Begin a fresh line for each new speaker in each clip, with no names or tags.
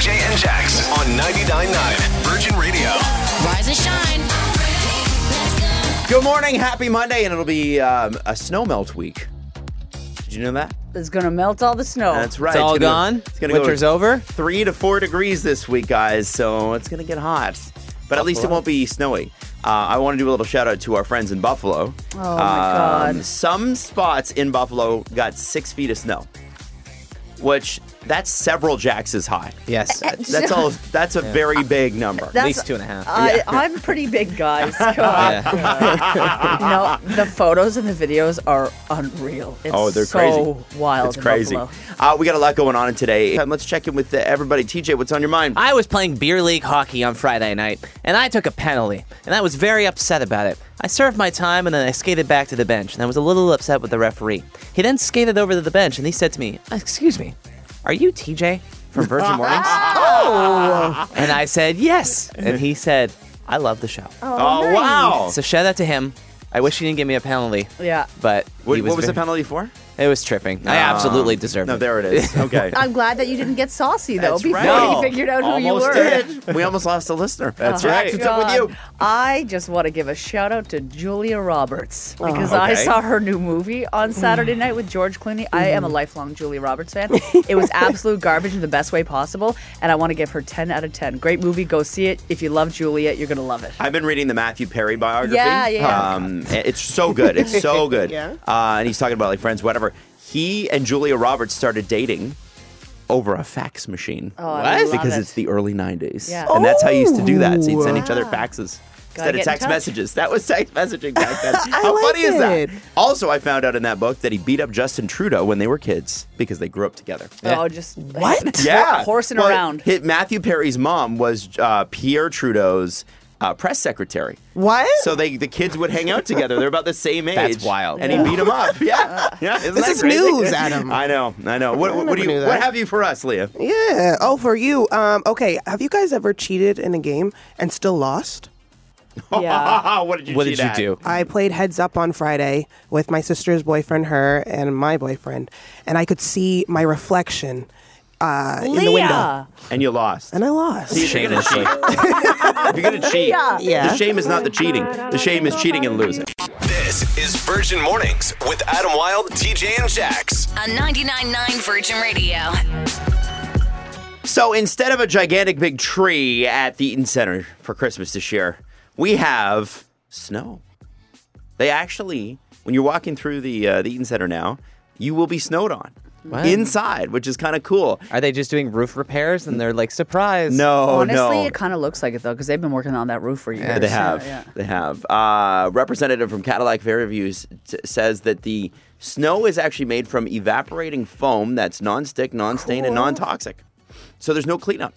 Jax on 99.9 Virgin Radio.
Rise and shine.
Good morning, happy Monday, and it'll be um, a snow melt week. Did you know that?
It's gonna melt all the snow.
That's right.
It's all
gonna-
gone.
It's gonna
Winter's
go
over.
three to four degrees this week, guys. So it's gonna get hot, but at least it won't be snowy. Uh, I want to do a little shout out to our friends in Buffalo. Oh
my God.
Some spots in Buffalo got six feet of snow, which that's several Jaxes high.
Yes. At
That's all. That's a very big number.
That's-
least two and a half.
I, I'm pretty big, guys. God.
Yeah.
No, the photos and the videos are unreal. It's
Oh, they're
so
crazy.
wild.
It's
in
crazy.
Buffalo.
Uh, we got a lot going on today. Um, Let's check in with uh, everybody. TJ, what's on your mind?
I was playing beer league hockey on Friday night, and I took a penalty, and I was very upset about it. I served my time, and then I skated back to the bench, and I was a little upset with the referee. He then skated over to the bench, and he said to me, "Excuse me, are you TJ from Virgin Mornings?" And I said, "Yes," and he said, "I love the show."
Oh, wow!
So shout out to him. I wish he didn't give me a penalty,
Yeah.
but
what,
he
what was the
very-
penalty for?
It was tripping. I absolutely deserved
No,
it.
there it is. Okay.
I'm glad that you didn't get saucy though
That's
before
right.
you figured out who
almost
you were.
did. We almost lost a listener. That's
Oh,
right.
my
What's up with
God.
you?
I just want to give a shout out to Julia Roberts because I
Oh, Okay. Mm.
saw her new movie on Saturday night with George Clooney. I
Mm-hmm.
am a lifelong Julia Roberts fan. it was absolute garbage in the best way possible, and I want to give her 10 out of 10. Great movie. Go see it. If you love Julia, you're going to love it.
I've been reading the Matthew Perry biography.
Yeah, yeah, yeah.
Um, it's so good. It's so good. yeah. Uh, and he's talking about like friends, whatever. He and Julia Roberts started dating over a fax machine.
Oh, I What? love
Because
it.
it's the early 90s.
Yeah. Oh.
And that's how you used to do that. So you'd send each other faxes. Instead
Gotta
of
get in
text
touch.
messages. That was text messaging back then. How funny is that?
it.
Also, I found out in that book that he beat up Justin Trudeau when they were kids because they grew up together.
Oh, just
What?
Yeah,
horsing
Well,
around.
hi- Matthew Perry's mom was uh, Pierre Trudeau's uh, press secretary.
What?
So they the kids would hang out together. They're about the same age.
That's wild.
And he beat him up. Yeah, yeah. Isn't
This
that
is
crazy?
news, Adam.
I know, I know. What, what do
never
you?
knew that.
What have you for us, Leah?
Yeah. Oh, for you. Um, okay. Have you guys ever cheated in a game and still lost?
Yeah.
what did you?
What did
cheat
you
at?
do?
I played heads up on Friday with my sister's boyfriend, her, and my boyfriend, and I could see my reflection uh, in the window,
Leah.
And you lost.
and I lost.
Shame and shame.
If you're gonna cheat,
Yeah.
the shame is not the cheating. The shame is cheating and losing.
This is Virgin Mornings with Adam Wilde, TJ, and Jax.
On 99.9 Virgin Radio.
So instead of a gigantic big tree at the Eaton Center for Christmas this year, we have snow. They actually, when you're walking through the uh, the Eaton Center now, you will be snowed on inside, which is kind of cool.
Are they just doing roof repairs and they're like surprised?
No,
Honestly,
Oh, no.
it kind of looks like it though because they've been working on that roof for years.
they have. They have. Uh, representative from Cadillac Fairviews t- says that the snow is actually made from evaporating foam that's non-stick, non-stain, and non-toxic. So there's no cleanup.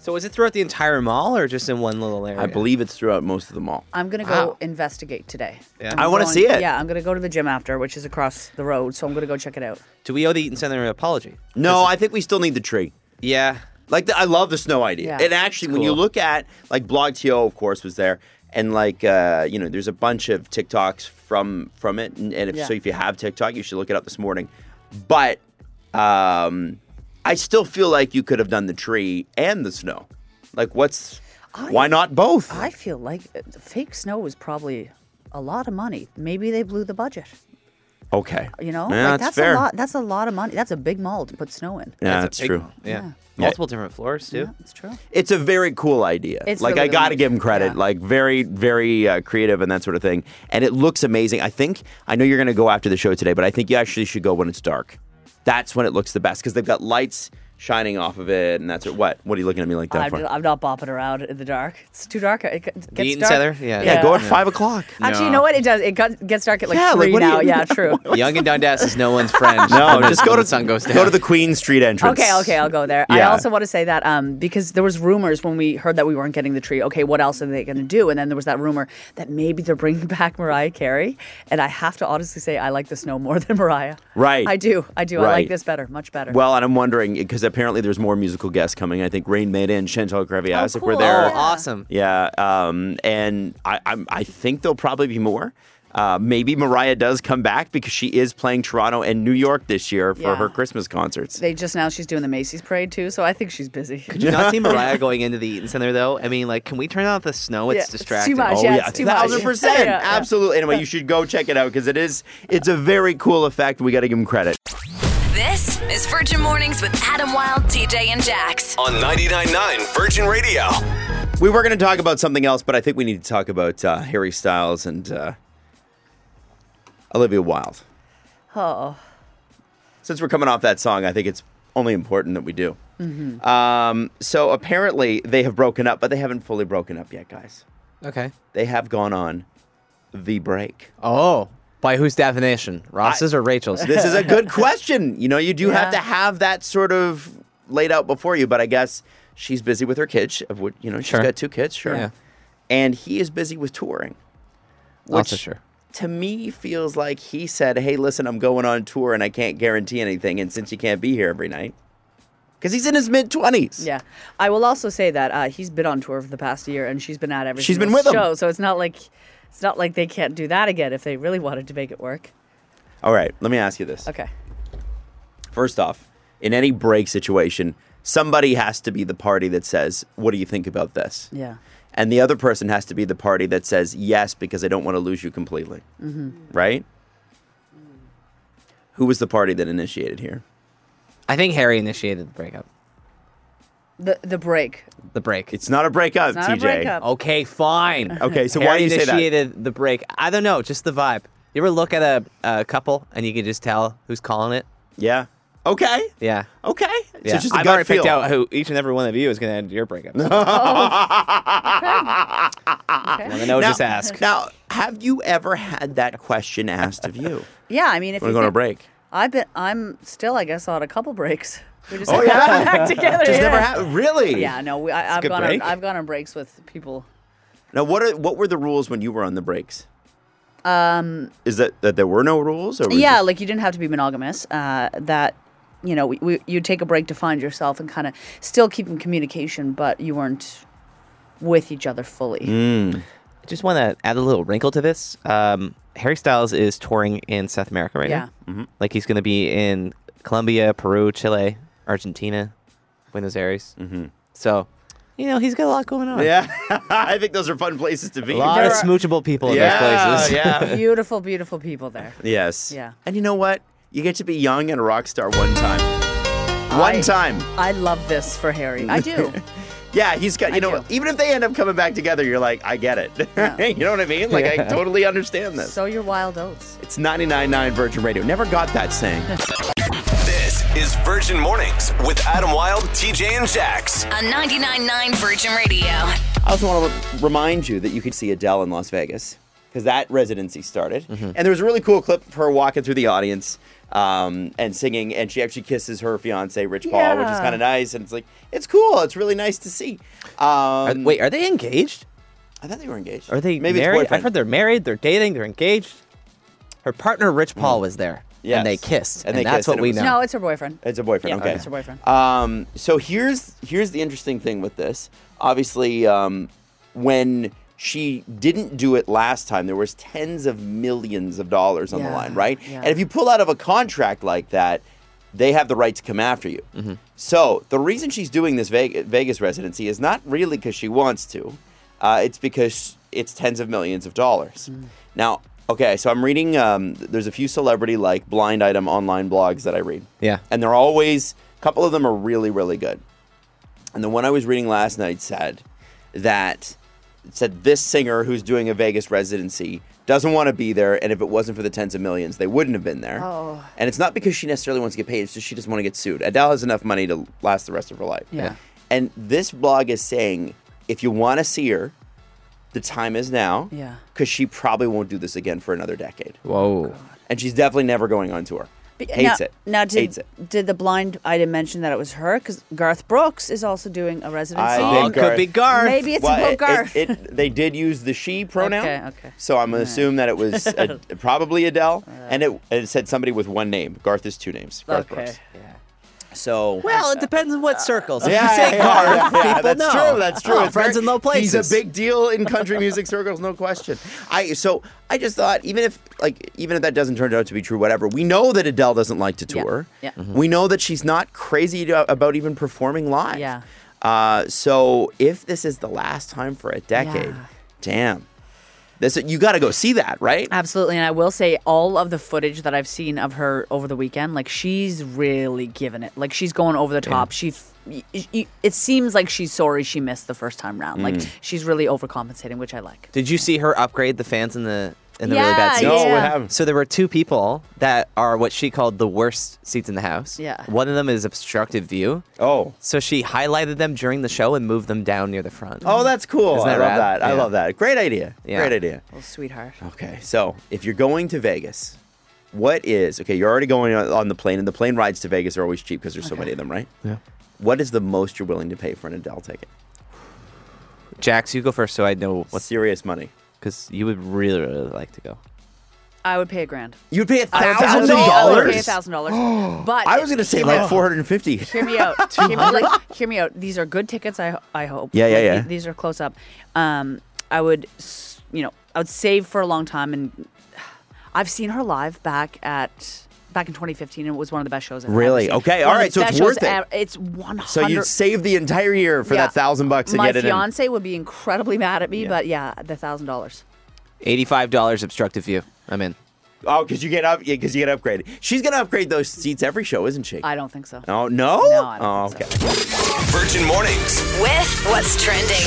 So is it throughout the entire mall or just in one little area?
I believe it's throughout most of the mall.
I'm gonna go investigate today.
Yeah.
I'm
I wanna
going-
see it.
Yeah, I'm gonna go to the gym after, which is across the road, so I'm gonna go check it out.
Do we owe the Eaton Center an apology?
No, I think we still need the tree.
Yeah.
Like the, I love the snow idea.
Yeah.
And actually, when you
cool.
look at like Blog To, of course, was there, and like uh, you know, there's a bunch of TikToks from from it. And, and if,
Yeah.
so, if you have TikTok, you should look it up this morning. But um, I still feel like you could have done the tree and the snow. Like, what's why not both?
I feel like uh, fake snow was probably a lot of money. Maybe they blew the budget.
okay,
You know,
yeah,
like,
that's,
that's
fair.
a lot. That's a lot of money. That's a big mall to put snow in.
Yeah,
a
that's
big
true.
one. Yeah. Multiple different floors too.
That's true.
it's a very cool idea.
It's
like
really,
I got to
really
give him
neat.
credit.
Yeah.
Like very, very uh, creative and that sort of thing. And it looks amazing. I think I know you're going to go after the show today, but I think you actually should go when it's dark. That's when it looks the best because they've got lights shining off of it, and that's it. What? What are you looking at me like that
I'm,
for?
I'm not bopping around in the dark. It's too dark. It g- gets
Eaton
dark.
Center? Yeah.
yeah, go at
Yeah.
five o'clock.
Actually, you know what? It does. It got, gets dark at like
Yeah, like,
three
what do you-
now. yeah, true.
Young and Dundas is no one's friend. Oh,
No,
when the-
just go
when
to
the sun goes down.
Go to the Queen Street entrance.
Okay, okay, I'll go there. I
Yeah.
also want to say that um, because there was rumors when we heard that we weren't getting the tree. Okay, what else are they going to do? And then there was that rumor that maybe they're bringing back Mariah Carey. And I have to honestly say, I like the snow more than Mariah.
Right.
I do. I do. I
Right.
like this better, much better.
Well, and I'm wondering because apparently there's more musical guests coming. I think Rain Maiden, Chantal Kreviasik were
cool.
there.
Oh, awesome.
Yeah, um, and I, I'm, I think there'll probably be more. Uh, maybe Mariah does come back because she is playing Toronto and New York this year for
Yeah.
her Christmas concerts.
They just now she's doing the Macy's parade too, so I think she's busy.
Could you not see Mariah going into the Eaton Center though? I mean, like, can we turn off the snow?
Yeah,
It's
it's too
distracting.
much.
Oh
Yeah,
yeah,
it's too much.
thousand percent,
Yeah, yeah.
absolutely. Anyway, you should go check it out because it is it's a very cool effect. We got to give them credit.
This is Virgin Mornings with Adam Wilde, TJ, and Jax.
on 99.9 Virgin Radio.
We were going to talk about something else, but I think we need to talk about uh, Harry Styles and uh, Olivia Wilde.
Oh,
Since we're coming off that song, I think it's only important that we do. Um, so apparently they have broken up, but they haven't fully broken up yet, guys.
Okay.
They have gone on the break.
Oh, by whose definition, Ross's or Rachel's?
This is a good question. You know, you do have
Yeah.
to have that sort of laid out before you, but I guess she's busy with her kids. Of which, you know, she's
Sure.
got two kids, sure.
Yeah.
And he is busy with touring.
also
which-
sure.
to me feels like he said, "Hey, listen, I'm going on tour and I can't guarantee anything, and since you can't be here every night, because he's in his mid twenties,
yeah. I will also say that uh, he's been on tour for the past year, and she's been at every
She's been
single
with him.
show, so it's not like it's not like they can't do that again if they really wanted to make it work.
All right, let me ask you this.
Okay.
First off, in any break situation, somebody has to be the party that says, "What do you think about this?"
Yeah.
And the other person has to be the party that says, "Yes, because I don't want to lose you completely."
Mm-hmm.
Right? Who was the party that initiated here?
I think Harry initiated the breakup.
The the break.
The break.
It's not a breakup,
Not
TJ.
a breakup.
okay, fine.
Okay, so
Harry
why do you say that?
initiated the break? I don't know. Just the vibe. You ever look at a, a couple and you can just tell who's calling it?
Yeah. Okay.
Yeah.
Okay.
Yeah.
Oh, So it's just a
I've
gut
already picked
feel.
out who each and every one of you is going to end your breakup. So
Okay.
I know. just ask.
Now, have you ever had that question asked of you?
Yeah, I mean, if
We're
you
going to
think-
break.
I've been. I'm still, I guess, on a couple breaks. We just
Oh,
haven't
yeah?
gotten back together.
Just
yeah.
never happened. Really?
Yeah, no, we, I,
a
I've
good
gone. On,
break.
I've gone on breaks with people.
Now, what are what were the rules when you were on the breaks? Um. Is that that there were no rules? Or was
yeah,
it-
like you didn't have to be monogamous. Uh, that you know, we, we, you take a break to find yourself and kind of still keep in communication, but you weren't with each other fully.
Mm.
I just want to add a little wrinkle to this. Um, Harry Styles is touring in South America right
Yeah.
Mm-hmm.
now. Like he's going to be in Colombia, Peru, Chile, Argentina, Buenos Aires. Mm-hmm. So, you know, he's got a lot going on.
yeah. I think those are fun places to be.
A lot of
There are-
smoochable people in
yeah,
those places.
yeah.
Beautiful, beautiful people there.
yes.
Yeah.
And you know what? You get to be young and a rock star one time. One
I-
time.
I love this for Harry. I do.
Yeah, he's got, you
I
know,
do.
even if they end up coming back together, you're like, I get it. you know what I mean? Like, I totally understand this.
so your wild oats.
It's 99.9 Virgin Radio. Never got that saying.
This is Virgin Mornings with Adam Wilde, TJ, and Jax.
On 99.9 Virgin Radio.
I also want to re- remind you that you could see Adele in Las Vegas because that residency started.
Mm-hmm.
And there was a really cool clip of her walking through the audience um, and singing, and she actually kisses her fiance, Rich Paul, which is
Yeah.
kind of nice. And it's like, it's cool. It's really nice to see. Um,
Are- wait, are they engaged?
I thought they were engaged.
Are they
Maybe
married?
It's
I've heard they're married, they're dating, they're engaged. Her partner, Rich Paul, was there.
Hmm. Yes.
And they kissed.
And
And,
they
that's
kissed,
what
and it
we
was-
know.
No, it's her boyfriend.
It's a boyfriend.
Yeah,
okay,
it's her boyfriend.
Um, so here's here's the interesting thing with this. Obviously, um, when she didn't do it last time, there was tens of millions of dollars on the
Yeah,
line, right?
yeah.
And if you pull out of a contract like that, they have the right to come after you. So the reason she's doing this Vegas, Vegas residency is not really because she wants to. Uh, it's because it's tens of millions of dollars. Now, okay, so I'm reading. Um, there's a few celebrity like blind item online blogs that I read.
Yeah.
And they're always, a couple of them are really, really good. And the one I was reading last night said that, it said this singer who's doing a Vegas residency doesn't want to be there. And if it wasn't for the tens of millions, they wouldn't have been there.
Oh.
And it's not because she necessarily wants to get paid, it's just she doesn't want to get sued. Adele has enough money to last the rest of her life.
Yeah.
And this blog is saying if you want to see her, the time is now.
Yeah.
Because she probably won't do this again for another decade.
Whoa.
And she's definitely never going on tour.
But
Hates
now,
it.
Now, did,
Hates it.
did the blind item mention that it was her? Because Garth Brooks is also doing a residency.
I
Oh,
think
it could be Garth.
Maybe it's
Well,
about
it-
Garth.
It, it, they did use the she pronoun.
Okay, okay. Uh,
So I'm gonna assume that it was uh probably Adele, and it, it said somebody with one name. Garth is two names. Garth
okay.
Brooks. So
Well, it depends on what circles. If
Yeah,
you say
yeah,
garb,
yeah, yeah,
people
that's
know.
true. That's true.
Oh,
It's
friends
very-
in low places.
He's a big deal in country music circles, no question. I so I just thought even if like even if that doesn't turn out to be true, whatever. We know that Adele doesn't like to
Yeah,
tour. Mm-hmm.
yeah. Mhm.
We know that she's not crazy to, about even performing live.
Yeah.
Uh, so if this is the last time for a decade,
Yeah.
damn. This you got to go see that, right?
Absolutely, and I will say all of the footage that I've seen of her over the weekend, like she's really giving it. Like she's going over the top. She, y- y- it seems like she's sorry she missed the first time round. Like
Mm.
she's really overcompensating, which I like.
Did you see her upgrade the fans in the in the really
Yeah,
bad seats?
no, what
yeah.
happened?
So there were two people that are what she called the worst seats in the house.
Yeah.
One of them is obstructed view.
Oh.
So she highlighted them during the show and moved them down near the front.
Oh, that's cool.
Isn't that
I love
rad?
that. I
Yeah.
love that. Great idea.
Yeah.
Great idea.
Oh, sweetheart.
Okay, so if you're going to Vegas, what is okay? You're already going on- on the plane, and the plane rides to Vegas are always cheap because there's so many of them, right? Yeah. What is the most you're willing to pay for an Adele ticket?
Jax, you go first so I know
What's
what's
serious money?
because you would really, really like to go.
I would pay a grand.
You'd pay a
I would- I would
thousand
pay- I would pay a
dollars.
thousand dollars. But
I was gonna say like four hundred and fifty.
hear me out. hear, me, like, hear me out. These are good tickets. I I hope.
Yeah, yeah,
Like,
yeah.
th- These are close up. Um, I would, s- you know, I would save for a long time, and I've seen her live back at back in 2015, and it was one of the best shows. I've ever
Really?
seen.
Okay, all
One of the
right, so it's
best shows
worth it.
ever. It's 100.
So you'd save the entire year for
Yeah.
that thousand bucks to
My
get it in.
fiance would be incredibly mad at me, but yeah, the thousand dollars.
Eighty-five dollars obstructive view. I'm in.
Oh, because you get up, because you get upgraded. She's gonna upgrade those seats every show, isn't she?
I don't think so.
oh no.
No, I don't
oh,
think
okay.
Virgin Mornings.
With what's trending.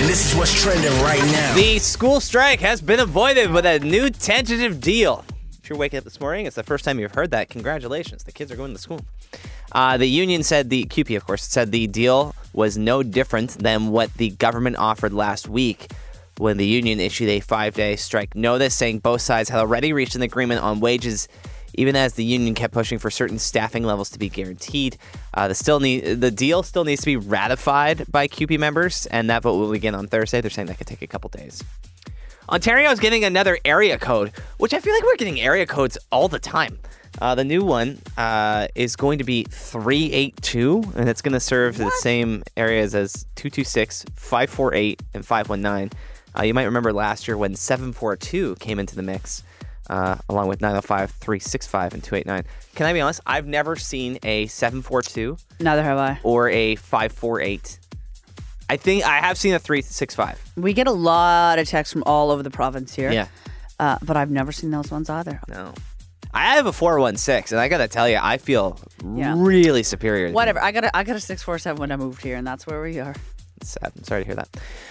And this is what's trending right now.
The school strike has been avoided with a new tentative deal. If you're waking up this morning, it's the first time you've heard that. Congratulations, the kids are going to school. Uh, the union said the QP, of course, said the deal was no different than what the government offered last week when the union issued a five-day strike notice, saying both sides had already reached an agreement on wages. Even as the union kept pushing for certain staffing levels to be guaranteed, uh, the still need the deal still needs to be ratified by QP members, and that vote will begin on Thursday. They're saying that could take a couple days. Ontario's getting another area code, which I feel like we're getting area codes all the time. Uh, the new one uh, is going to be 382, and it's going to serve the same areas as 226, 548, and 519. Uh, you might remember last year when 742 came into the mix, uh, along with 905, 365, and 289. Can I be honest? I've never seen a 742
Neither have I.
or a 548. I think I have seen a 365.
We get a lot of texts from all over the province here.
Yeah.
Uh, but I've never seen those ones either.
No. I have a 416, and I gotta tell you, I feel
Yeah.
really superior. to them.
Whatever. I got a, I got a six four seven when I moved here, and that's where we are.
It's sad. I'm sorry to hear that.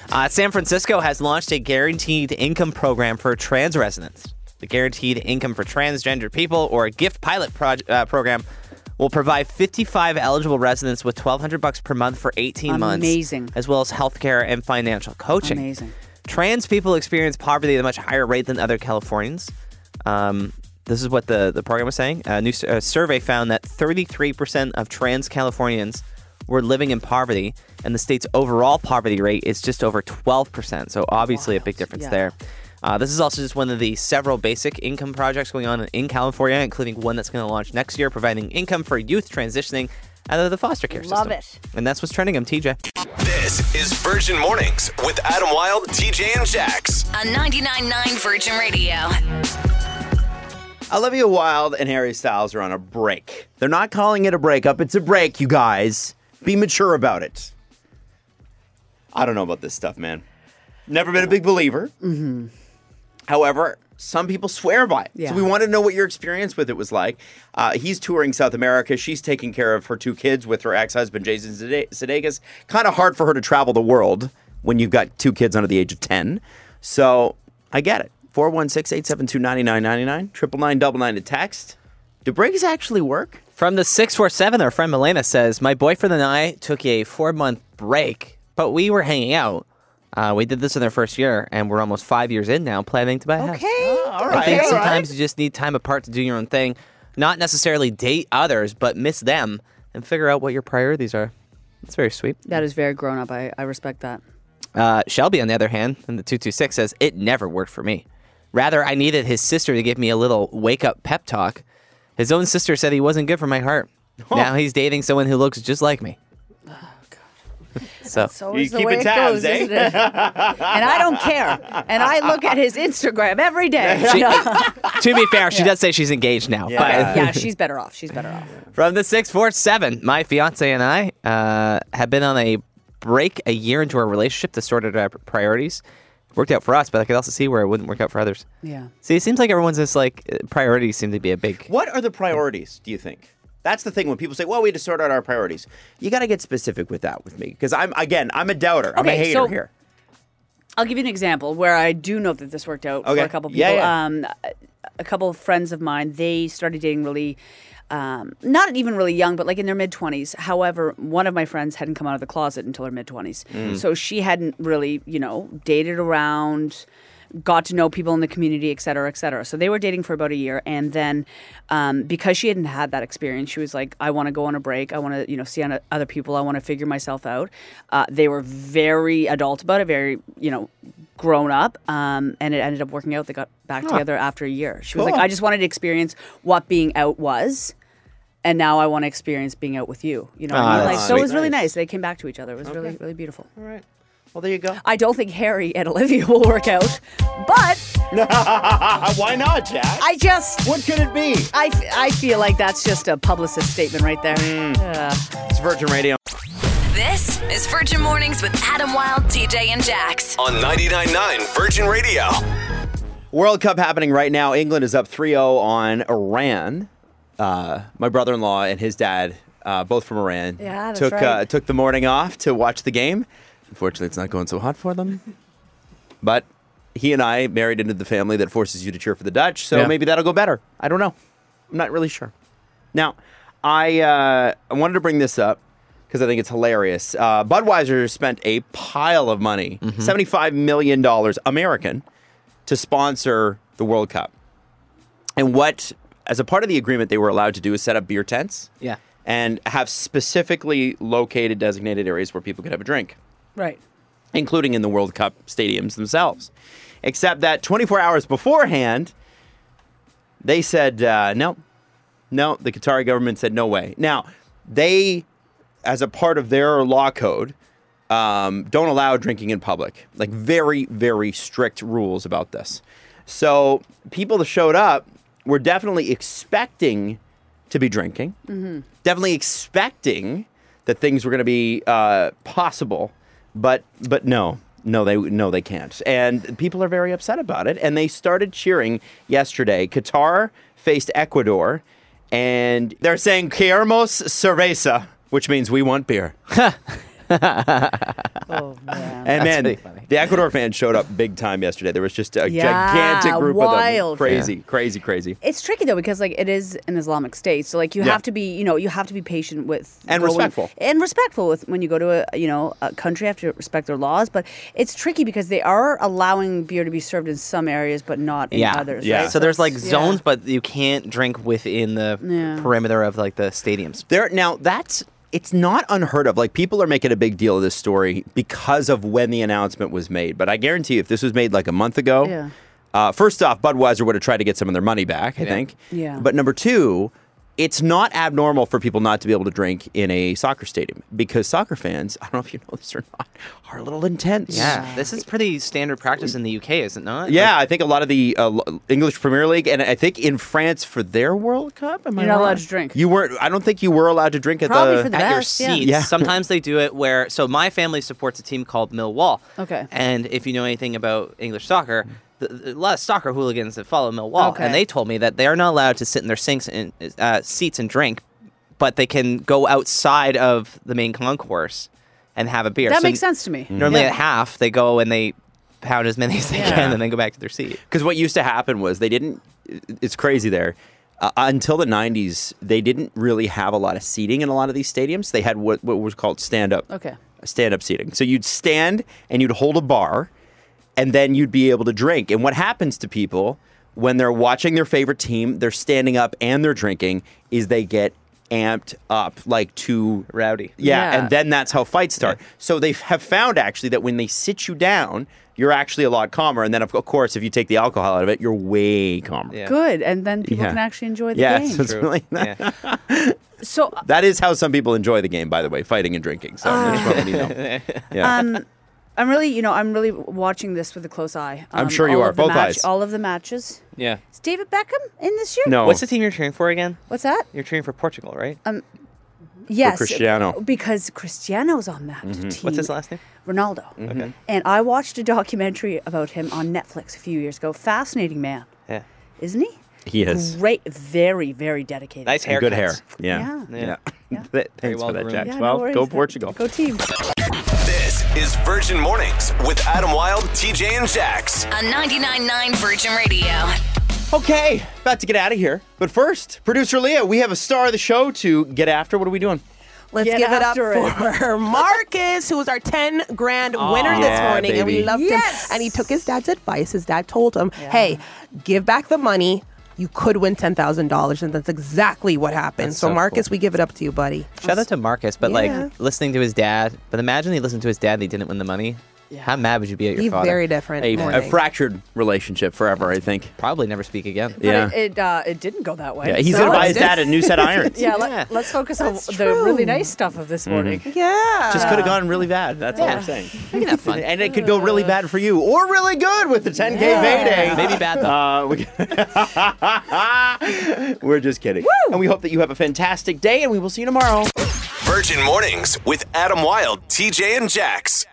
Uh, San Francisco has launched a guaranteed income program for trans residents. The Guaranteed Income for Transgender People, or GIFT pilot proj- uh, program, will provide 55 eligible residents with 1,200 bucks per month for 18 months.
Amazing.
As well as healthcare and financial coaching.
Amazing.
Trans people experience poverty at a much higher rate than other Californians. Um, this is what the, the program was saying. A new s- uh, survey found that 33% of trans Californians were living in poverty, and the state's overall poverty rate is just over 12%. So, obviously, a big difference
Yeah.
there. Uh, this is also just one of the several basic income projects going on in California, including one that's going to launch next year, providing income for youth transitioning out of the foster care
Love
system.
it.
And that's what's trending. I'm TJ.
This is Virgin Mornings with Adam Wilde, TJ, and Jax.
On 99.9 Virgin Radio.
Olivia Wilde and Harry Styles are on a break. They're not calling it a breakup, it's a break, you guys. Be mature about it. I don't know about this stuff, man. Never been a big believer. Mm-hmm. However, some people swear by it.
Yeah.
So we want to know what your experience with it was like. Uh, he's touring South America. She's taking care of her two kids with her ex husband, Jason Sude- Sudeikis. Kind of hard for her to travel the world when you've got two kids under the age of 10. So I get it. 416 872 9999, 999 to text. Do breaks actually work?
From the 647, our friend Milena says, My boyfriend and I took a four month break, but we were hanging out. Uh, we did this in our first year, and we're almost five years in now planning to buy a house.
All
I think
all
sometimes you just need time apart to do your own thing, not necessarily date others, but miss them and figure out what your priorities are. That's very sweet.
That is very grown up. I, I respect that.
Uh, Shelby, on the other hand, in the 226 says, It never worked for me. Rather, I needed his sister to give me a little wake up pep talk. His own sister said he wasn't good for my heart. Now he's dating someone who looks just like me. So,
Oh, So
You
is the
keeping
way it
tabs,
goes,
eh?
isn't it? and I don't care. And I look at his Instagram every day.
She- to be fair, she does say she's engaged now. but-
yeah, she's better off. She's better off.
From the 647, my fiance and I uh, have been on a break a year into our relationship to sort out our priorities. Worked out for us, but I could also see where it wouldn't work out for others.
Yeah.
See, it seems like everyone's just like uh, priorities seem to be a big.
What are the priorities, do you think? That's the thing when people say, well, we had to sort out our priorities. You got to get specific with that with me because I'm, again, I'm a doubter. I'm a
Okay,
hater
so-
here.
I'll give you an example where I do know that this worked out
Okay.
for a couple people.
Yeah, yeah.
Um, a couple of friends of mine, they started dating really, um, not even really young, but like in their mid 20s. However, one of my friends hadn't come out of the closet until her mid 20s.
Mm.
So she hadn't really, you know, dated around. Got to know people in the community, et cetera, et cetera. So they were dating for about a year, and then um, because she hadn't had that experience, she was like, "I want to go on a break. I want to, you know, see on other people. I want to figure myself out." Uh, they were very adult about it, very, you know, grown up um, and it ended up working out they got back together after a year she was like i just wanted to experience what being out was and now i want to experience being out with you you know what
Ah,
I mean?
that's
like so it was
sweet.
really
Nice.
nice they came back to each other it was really really beautiful
All right. Well, there you go.
i don't think harry and olivia will work out but
Uh, Why not, Jack?
i just
what could it be?
I, I feel like that's just a publicist statement right there
Mm. It's Virgin Radio.
This is Virgin Mornings with Adam Wilde, TJ, and Jax.
On 99.9 Virgin Radio.
World Cup happening right now. England is up 3 0 on Iran. Uh, my brother in law and his dad, uh, both from Iran,
Yeah, that's
took,
right.
uh, took the morning off to watch the game. Unfortunately, it's not going so hot for them. But he and I married into the family that forces you to cheer for the Dutch, so
Yeah.
maybe that'll go better. I don't know. I'm not really sure. Now, I, uh, I wanted to bring this up because I think it's hilarious. Uh, Budweiser spent a pile of money, $75 million American, to sponsor the World Cup. And what, as a part of the agreement, they were allowed to do is set up beer tents
Yeah.
and have specifically located designated areas where people could have a drink
right
including in the World Cup stadiums themselves. Except that 24 hours beforehand, they said, uh, no, no, the Qatari government said, no way. Now, they, as a part of their law code, um, don't allow drinking in public. Like, very, very strict rules about this. So, people that showed up were definitely expecting to be drinking definitely expecting that things were going to be uh, possible, but but no, no, they no they can't, and people are very upset about it. And they started cheering yesterday. Qatar faced Ecuador, and they're saying "Queremos cerveza," which means we want beer.
oh man
And man,
pretty funny.
the Ecuador fans showed up big time yesterday. There was just a
Yeah,
gigantic group of them.
wild.
Crazy, crazy, crazy.
it's tricky though because like it is an Islamic state, so like you
Yeah.
have to be you know you have to be patient with
And
going-
respectful.
and respectful with when you go to a you know a country you have to respect their laws, but it's tricky because they are allowing beer to be served in some areas but not in
Yeah.
others.
Yeah.
right?
So there's like
it's-
zones,
yeah.
but you can't drink within the
Yeah.
perimeter of like the stadiums.
There now that's it's not unheard of. Like people are making a big deal of this story because of when the announcement was made. But I guarantee you, if this was made like a month ago,
Yeah.
uh, first off, Budweiser would have tried to get some of their money back. I think.
Yeah.
But number two, it's not abnormal for people not to be able to drink in a soccer stadium because soccer fans, I don't know if you know this or not, are a little intense.
Yeah, this is pretty standard practice in the UK, is it not?
Yeah, I think a lot of the uh, l- English Premier League, and I think in France for their World Cup, am I
You're not allowed
wrong?
to drink.
You weren't. I don't think you were allowed to drink at
Probably
the.
for the
at your
best, yeah.
seats.
Yeah.
Sometimes they do it where. So my family supports a team called Millwall.
Okay.
And if you know anything about English soccer, th th- a lot of soccer hooligans that follow Millwall,
Okay.
and they told me that they are not allowed to sit in their sinks and uh, seats and drink, but they can go outside of the main concourse and have a beer.
that
So
makes sense to me.
Mm-hmm. Normally
Yeah.
at half, they go and they pound as many as they
Yeah.
can, and then go back to their seat.
Because what used to happen was they didn't. It's crazy there. Uh, until the '90s, they didn't really have a lot of seating in a lot of these stadiums. They had what what was called stand up.
Okay.
Stand up seating. So you'd stand and you'd hold a bar, and then you'd be able to drink. And what happens to people when they're watching their favorite team, they're standing up and they're drinking, is they get amped up, like to
Rowdy.
Yeah,
Yeah.
and then that's how fights start. So they have found actually that when they sit you down, you're actually a lot calmer. And then of of course, if you take the alcohol out of it, you're way calmer.
Yeah.
Good, and then people
Yeah.
can actually enjoy the
Yeah,
game.
so it's really
Yeah.
So, uh,
that is how some people enjoy the game, by the way, fighting and drinking. So I just wanted you to know. yeah.
I'm really, you know, I'm really watching this with a close eye. um,
I'm sure you
all
are,
of the
both
match-
eyes.
All of the matches.
yeah.
Is David Beckham in this year?
no,
What's the team you're cheering for again?
What's that?
You're cheering for Portugal, right?
Yes,
Cristiano. Mm-hmm.
Because Cristiano's on that team.
What's his last name?
Ronaldo.
Okay.
And I watched a documentary about him on Netflix a few years ago. Fascinating man,
Yeah.
isn't he?
he is
Great, very, very dedicated.
Nice hair.
And good hair. Yeah,
Yeah.
Yeah.
yeah.
Very
Thanks
well
for that,
groomed.
Jack.
Yeah, no
well,
worries.
go Portugal.
Go team.
This is Virgin Mornings with Adam Wilde, TJ, and Jax.
on 99.9 Virgin Radio.
Okay, about to get out of here. But first, producer Leah, we have a star of the show to get after. What are we doing?
Let's
Get
give it up
after it.
for Marcus, who was our 10 grand winner this
Yeah,
morning. And we
baby.
loved
Yes.
him. And he took his dad's advice. His dad told him, hey, give back the money. You could win $10,000. And that's exactly what happened.
That's
so,
so
Marcus,
cool.
we give it up to you, buddy.
Shout out to Marcus, but
Yeah.
like listening to his dad. But imagine he listened to his dad and he didn't win the money. How mad would you be at your
Be
father?
very different.
A,
morning.
a fractured relationship forever, I think.
Probably never speak again.
Yeah.
But it it, uh, it didn't go that way.
Yeah, he's
so-
gonna buy his
it's
dad a new set of irons.
Yeah,
Yeah.
Let, let's focus on
That's
the really
true.
nice stuff of
Mm-hmm.
this morning.
yeah.
Just could have gone really bad. That's all I'm saying. And it could go really bad for you, or really good with the 10K payday.
Maybe bad though.
Uh, we- we're just kidding. And we hope that you have a fantastic day, and we will see you tomorrow.
Virgin Mornings with Adam Wilde, TJ, and Jax.